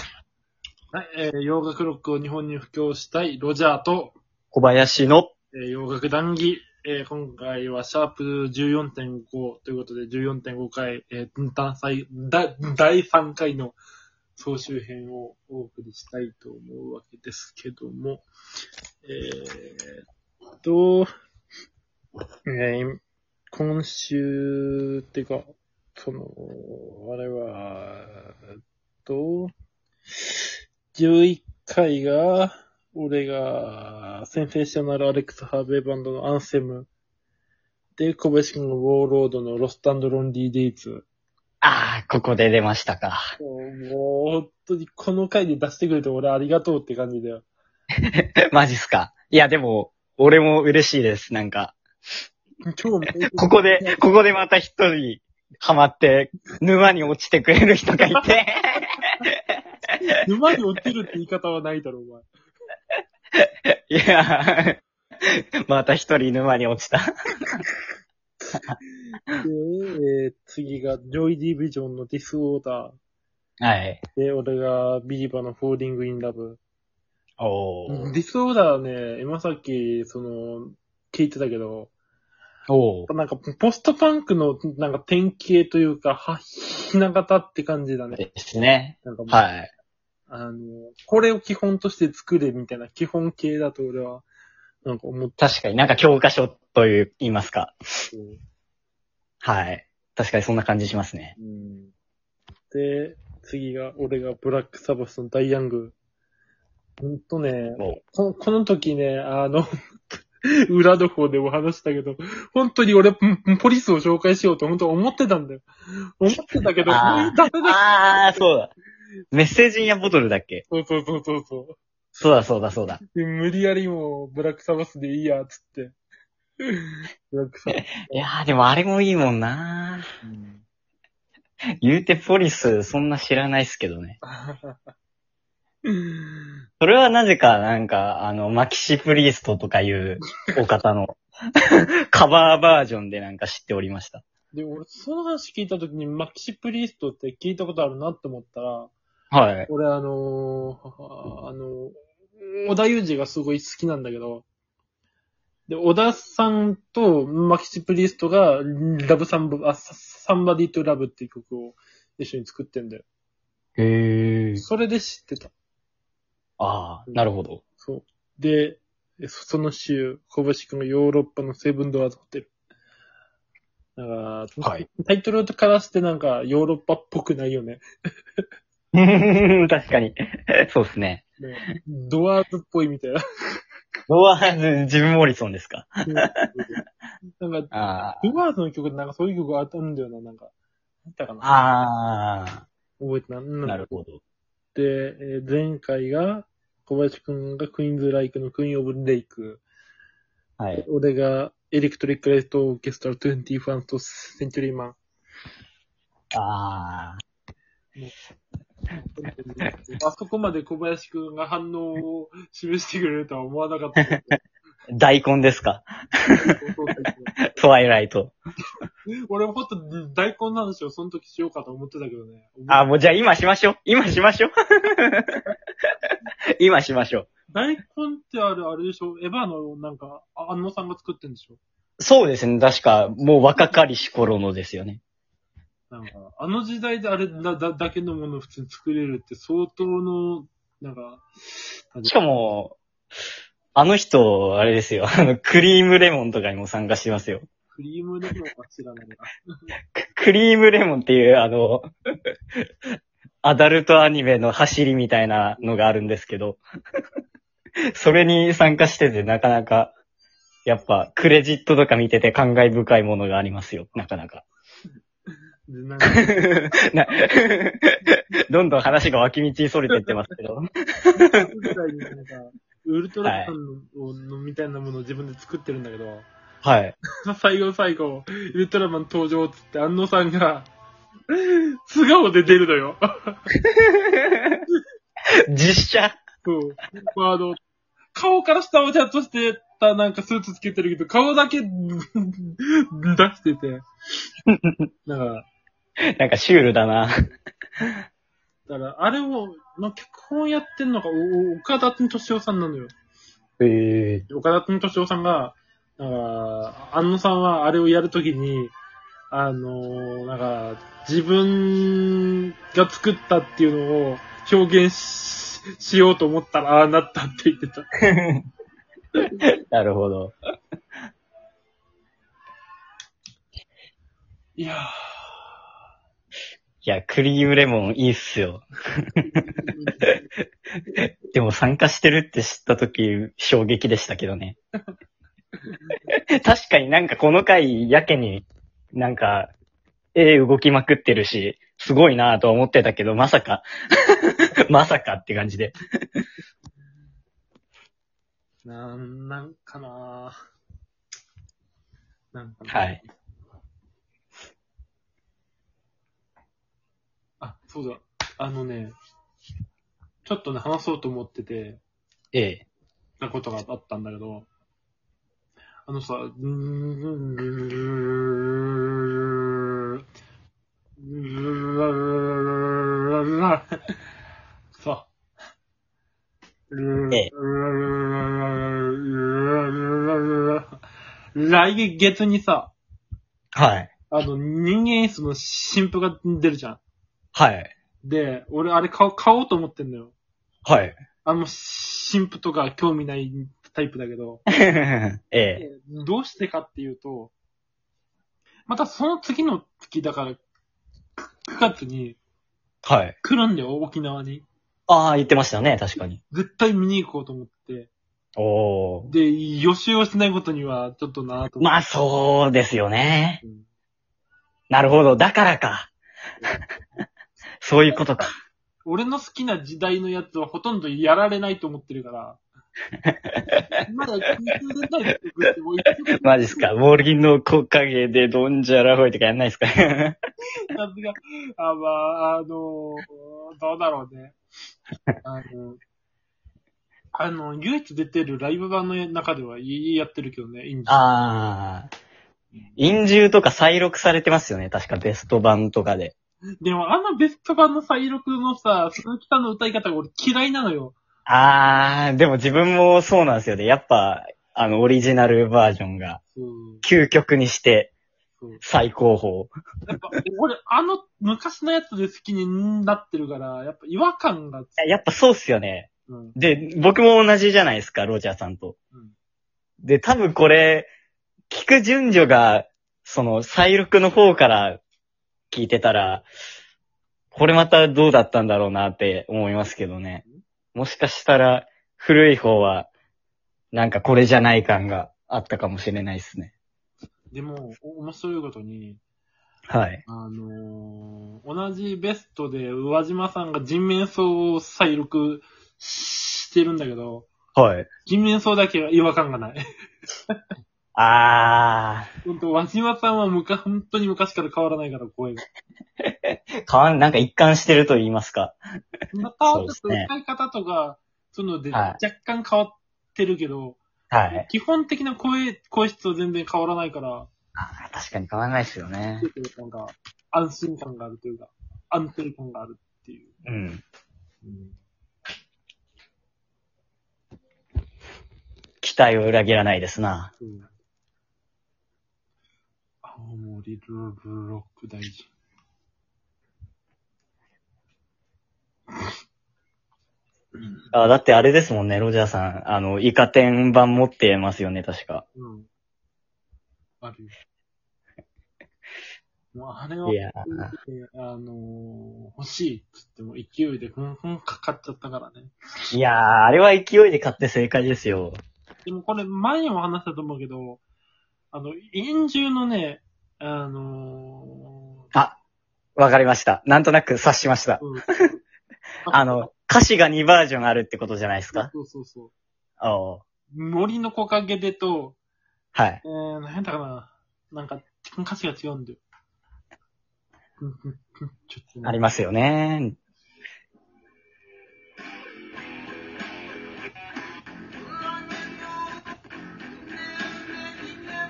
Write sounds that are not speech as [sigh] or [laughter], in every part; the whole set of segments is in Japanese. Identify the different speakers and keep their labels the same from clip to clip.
Speaker 1: はい、えー洋楽ロックを日本に布教したいロジャーと、
Speaker 2: 小林の、
Speaker 1: えー洋楽談義、えー今回はシャープ14.5ということで、14.5回、えー、単祭だ第3回の総集編をお送りしたいと思うわけですけども、えー、っと、えー今週っていうか、その、あれは、えーっと、11回が、俺が、センセーショナルアレックス・ハーベイバンドのアンセム。で、小林くんのウォーロードのロストロンリー・デイツ。
Speaker 2: ああ、ここで出ましたか。 [laughs]
Speaker 1: もう、もう本当にこの回で出してくれて俺ありがとうって感じだよ。
Speaker 2: マジっすか。いや、でも、俺も嬉しいです。なんか、
Speaker 1: 今日も
Speaker 2: ここで、ここでまた一人、ハマって、沼に落ちてくれる人がいて。 [laughs]
Speaker 1: 沼に落ちるって言い方はないだろ、お前。
Speaker 2: いや、また一人沼に落ちた。
Speaker 1: で、えー次が、ジョイ・ディビジョンのディス・オーダ
Speaker 2: はい。
Speaker 1: ー。で、俺が、ビリバのフォーリング・イン・ラブ。
Speaker 2: お
Speaker 1: ディス・オーダーね、今さっき、その、聞いてたけど、
Speaker 2: お
Speaker 1: なんか、ポストパンクの、なんか、典型というか、は、ひな形って感じだね。
Speaker 2: ですね。
Speaker 1: なんかもう、
Speaker 2: はい。
Speaker 1: あの、これを基本として作れ、みたいな、基本形だと俺は、なんか思って
Speaker 2: 確かになんか教科書という、言いますか。
Speaker 1: て、
Speaker 2: はい。確かにそんな感じしますね。
Speaker 1: うん。で、次が、俺がブラックサバスのダイヤング。ほんとね、
Speaker 2: お
Speaker 1: このこの時ね、あの、 [laughs] 裏の方でも話したけど、本当に俺、んポリスを紹介しようと本当思ってたんだよ。思ってたけど、
Speaker 2: あー
Speaker 1: ダメだ。
Speaker 2: ああ、そうだ。メッセージインやボトルだっけ
Speaker 1: そうそうそうそうそ
Speaker 2: そうだそうだそうだ。
Speaker 1: う。で無理やりもう、ブラックサバスでいいや、つって。 [laughs] ブラックサバス。
Speaker 2: いやーでもあれもいいもんな言うてポリス、そんな知らないっすけどね。それはなぜか、なんか、あの、マキシプリーストとかいうお方の [laughs] カバーバージョンでなんか知っておりました。
Speaker 1: で、俺、その話聞いた時に、マキシプリストって聞いたことあるなって思ったら、
Speaker 2: はい。
Speaker 1: 俺、あのー、あのー、小田裕二がすごい好きなんだけど、で、小田さんとマキシプリストが、ラブサンバ、あ、ササンバディとラブっていう曲を一緒に作ってんだよ。
Speaker 2: へえ。
Speaker 1: それで知ってた。
Speaker 2: ああ、なるほど。
Speaker 1: そう。で、えそその週、小林くんがヨーロッパのセブンドアーズホテル。だから、
Speaker 2: はい。
Speaker 1: タイトルからしてなんかヨーロッパっぽくないよね。
Speaker 2: [laughs] 確かに。そうですね。
Speaker 1: ねドアーズっぽいみたいな。 [laughs]
Speaker 2: ドアーズ、ジム・モリソンですか。
Speaker 1: なんか、
Speaker 2: あ
Speaker 1: ドアーズの曲ってなんかそういう曲があったんだよな、なんか。あったか
Speaker 2: あ。
Speaker 1: な
Speaker 2: あ
Speaker 1: 覚えてない。な
Speaker 2: あ、
Speaker 1: ん
Speaker 2: な
Speaker 1: か
Speaker 2: るほど。
Speaker 1: で、えー前回が、小林くんがクイーンズライクのクイーンオブレイク。
Speaker 2: はい。
Speaker 1: 俺がエレクトリックライトオーケストラ21とセンチュリーマン。
Speaker 2: ああ。
Speaker 1: あそこまで小林くんが反応を示してくれるとは思わなかったけ
Speaker 2: 大根ですか
Speaker 1: ど。
Speaker 2: トワイライト。
Speaker 1: 俺もほんと大根の話をその時しようかと思ってたけどね。
Speaker 2: あ、もうじゃあ今しましょう。今しましょう。 [laughs] 今しましょう。
Speaker 1: 大根ってある、あれでしょエヴァのなんか、あ安野さんが作ってんでしょ
Speaker 2: そうですね。確か、もう若かりし頃のですよね。
Speaker 1: なんか、あの時代であれだだだけのものを普通に作れるって相当の、なんか、
Speaker 2: しかも、あの人、あれですよ。あの、クリームレモンとかにも参加してますよ。
Speaker 1: クリームレモンは知らないな。
Speaker 2: ククリームレモンっていう、あの、 [laughs] アダルトアニメの走りみたいなのがあるんですけど、 [laughs] それに参加しててなかなか、やっぱ、クレジットとか見てて感慨深いものがありますよ。なかなか。
Speaker 1: で、なんか、
Speaker 2: な [laughs] どんどん話が脇道に逸れていってますけど。
Speaker 1: みたいになんか、ウルトラマンの,、のみたいなものを自分で作ってるんだけど、
Speaker 2: はい。
Speaker 1: [laughs] 最後の最後、ウルトラマン登場っつって安野さんが、素顔で出るのよ。 [laughs]
Speaker 2: 実写
Speaker 1: そう。まあ、あの、顔から下をちゃんとしてた、なんかスーツつけてるけど、顔だけ [laughs] 出してて。だから、
Speaker 2: なんかシュールだな。
Speaker 1: だから、あれを、の脚本やってんのが、おお岡田敏夫さんなのよ。
Speaker 2: ええ
Speaker 1: 岡田君敏夫さんが、なんか、安野さんはあれをやるときに、あのーなんか、自分が作ったっていうのを表現ししようと思ったら、ああなったって言ってた。
Speaker 2: なるほど。
Speaker 1: いや
Speaker 2: いや、クリームレモンいいっすよ。
Speaker 1: ー。
Speaker 2: でも参加してるって知った時、衝撃でしたけどね。確かになんかこの回、やけになんか、絵動きまくってるし、すごいなぁとは思ってたけど、まさか、まさかって感じで。
Speaker 1: なん、なんかなーなんかな
Speaker 2: はい。
Speaker 1: あ、そうだ。あのね、ちょっとね、話そうと思ってて、
Speaker 2: ええ。
Speaker 1: なことがあったんだけど、あのさ、うーんさ、来月にさ、
Speaker 2: はい。
Speaker 1: あの、人間椅子の新譜が出るじゃん。
Speaker 2: はい。
Speaker 1: で、俺あれ買おう買おうと思ってんだよ。
Speaker 2: [laughs] はい。
Speaker 1: あの、新譜とか興味ないタイプだけど。
Speaker 2: ええ。
Speaker 1: どうしてかっていうと、またその次の月だから、く9月に
Speaker 2: はい。
Speaker 1: 来るんだよ、沖縄に。
Speaker 2: ああ、言ってましたね、確かに。
Speaker 1: 絶対見に行こうと思って。
Speaker 2: おー。
Speaker 1: で、予習をしないことには、ちょっとなぁと思って。
Speaker 2: まあ、そうですよね。
Speaker 1: うん
Speaker 2: なるほど。だからか。そういうことか。
Speaker 1: 俺の好きな時代のやつはほとんどやられないと思ってる
Speaker 2: [laughs]
Speaker 1: から。まだ空中でないって言っても、一応
Speaker 2: マジっすか。森の木陰でどんじゃらほいとかやんないっすか
Speaker 1: さすが、あ、まあ、あのー、どうだろうね。あの、あの、唯一出てるライブ版の中ではいやってるけどね、インジ
Speaker 2: [laughs] ああ。陰獣とか再録されてますよね。確かベスト版とかで。
Speaker 1: でも、あのベスト版の再録のさ、鈴木さんの歌い方が俺嫌いなのよ。
Speaker 2: ああ、でも自分もそうなんですよね。やっぱ、あの、オリジナルバージョンが、
Speaker 1: うん。
Speaker 2: 究極にして
Speaker 1: そう
Speaker 2: 最高峰。
Speaker 1: やっぱ、俺、あの昔のやつで好きになってるから、やっぱ違和感がつ、
Speaker 2: やっぱそうっすよね。
Speaker 1: うん。
Speaker 2: で、僕も同じじゃないですか、ロジャーさんと。
Speaker 1: うん
Speaker 2: で、多分これ、聞く順序が、その、再録の方から聞いてたら、これまたどうだったんだろうなって思いますけどね。もしかしたら、古い方は、なんかこれじゃない感があったかもしれないですね。
Speaker 1: でも、お面白いことに、
Speaker 2: はい。
Speaker 1: あのー同じベストで、宇和島さんが人面相を再録してるんだけど、
Speaker 2: はい。
Speaker 1: 人面相だけは違和感がない。 [laughs]
Speaker 2: あ
Speaker 1: 本当和島さんはむか、本当に昔から変わらないから、声が。
Speaker 2: ー、変わん、なんか一貫してると言いますか。
Speaker 1: また、ち
Speaker 2: そ
Speaker 1: ょっ
Speaker 2: うで
Speaker 1: と
Speaker 2: すね
Speaker 1: 歌い方とか、そういうので、
Speaker 2: は
Speaker 1: 若干変わってるけど、
Speaker 2: はい。
Speaker 1: 基本的な声、声質は全然変わらないから、
Speaker 2: あー確かに変わんないですよね。
Speaker 1: なんか、安心感があるというか、安定感があるっていう。
Speaker 2: うん。期待を裏切らないですな。
Speaker 1: うん青森ルブロック大臣。
Speaker 2: あだってあれですもんね、ロジャーさん。あの、イカ天版持ってますよね、確か。
Speaker 1: うん。あるよ。 [laughs] もうあれは、
Speaker 2: いや
Speaker 1: あのー欲しいっつっても勢いでふんふんかかっちゃったからね。
Speaker 2: いやー、あれは勢いで買って正解ですよ。
Speaker 1: でもこれ前にも話したと思うけど、あの、陰獣のね、あの
Speaker 2: わかりました。なんとなく察しました
Speaker 1: ー。うん
Speaker 2: あの、歌詞が2バージョンあるってことじゃないですか。
Speaker 1: そうそうそう。
Speaker 2: あお
Speaker 1: 森の木陰でと、
Speaker 2: はい。
Speaker 1: えー、何やったかななんか、歌詞が違うんだよ。うんうんうんちょっとね
Speaker 2: ありますよね。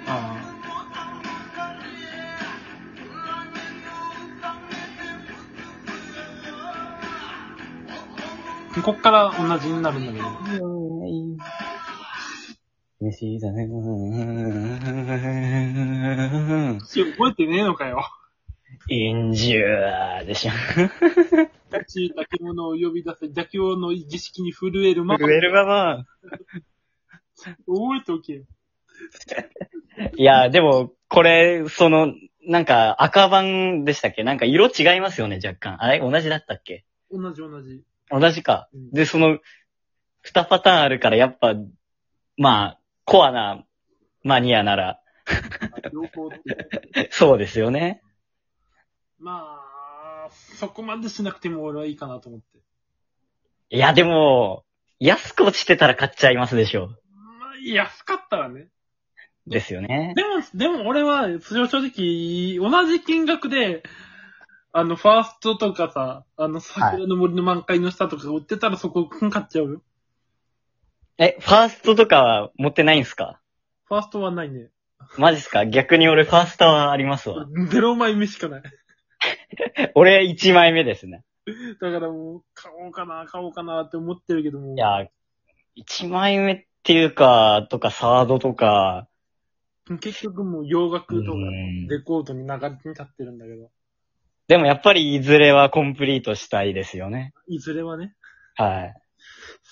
Speaker 1: ああ。こっから同じになるんだけど。
Speaker 2: 飯だね。
Speaker 1: 覚えてねえのかよ。
Speaker 2: インジュアーでしょ。
Speaker 1: 立ち抱き物を呼び出せ、妥協の儀式に震えるまま、
Speaker 2: 震えるまま。
Speaker 1: 覚えておけよ。
Speaker 2: いや、でも、これ、その、なんか赤版でしたっけなんか色違いますよね、若干。あれ同じだったっけ
Speaker 1: 同じ同
Speaker 2: [laughs]
Speaker 1: じ。
Speaker 2: 同じか。
Speaker 1: うん
Speaker 2: で、その、二パターンあるから、やっぱ、まあ、コアなマニアなら、
Speaker 1: 両方っていう。
Speaker 2: そうですよね。
Speaker 1: まあ、そこまでしなくても俺はいいかなと思って。
Speaker 2: いや、でも、安く落ちてたら買っちゃいますでしょ。
Speaker 1: まあ、安かったらね。
Speaker 2: ですよね。
Speaker 1: でも、でも俺は、正直、同じ金額で、あの、ファーストとかさ、あの、桜の森の満開の下とか売ってたらそこ買っちゃうよ。
Speaker 2: え、ファーストとかは持ってないんすか
Speaker 1: ファーストはないね。
Speaker 2: マジっすか逆に俺ファーストはありますわ。
Speaker 1: 0枚目しかない。
Speaker 2: 俺1枚目ですね。
Speaker 1: だからもう、買おうかな、買おうかなって思ってるけども。
Speaker 2: いや、1枚目っていうか、とかサードとか、
Speaker 1: 結局もう洋楽とか
Speaker 2: うん
Speaker 1: レコードに流れに立ってるんだけど、
Speaker 2: でもやっぱりいずれはコンプリートしたいですよね。
Speaker 1: いずれはね、
Speaker 2: はい。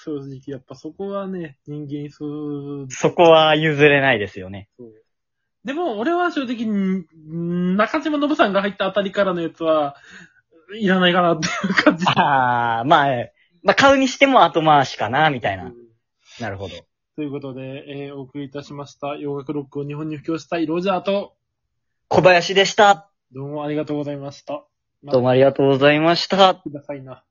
Speaker 1: 正直やっぱそこはね、人間そう、
Speaker 2: そこは譲れないですよね。
Speaker 1: そう。でも俺は正直、ん中島信さんが入ったあたりからのやつは、いらないかなっていう感じ。
Speaker 2: [laughs] ああ、まあ、まあ買うにしても後回しかな、みたいな。なるほど。
Speaker 1: ということで、えーお送りいたしました。洋楽ロックを日本に布教したいロジャーと、
Speaker 2: 小林でした。
Speaker 1: どうもありがとうございました。
Speaker 2: どうもありがとうございました。
Speaker 1: くださいな。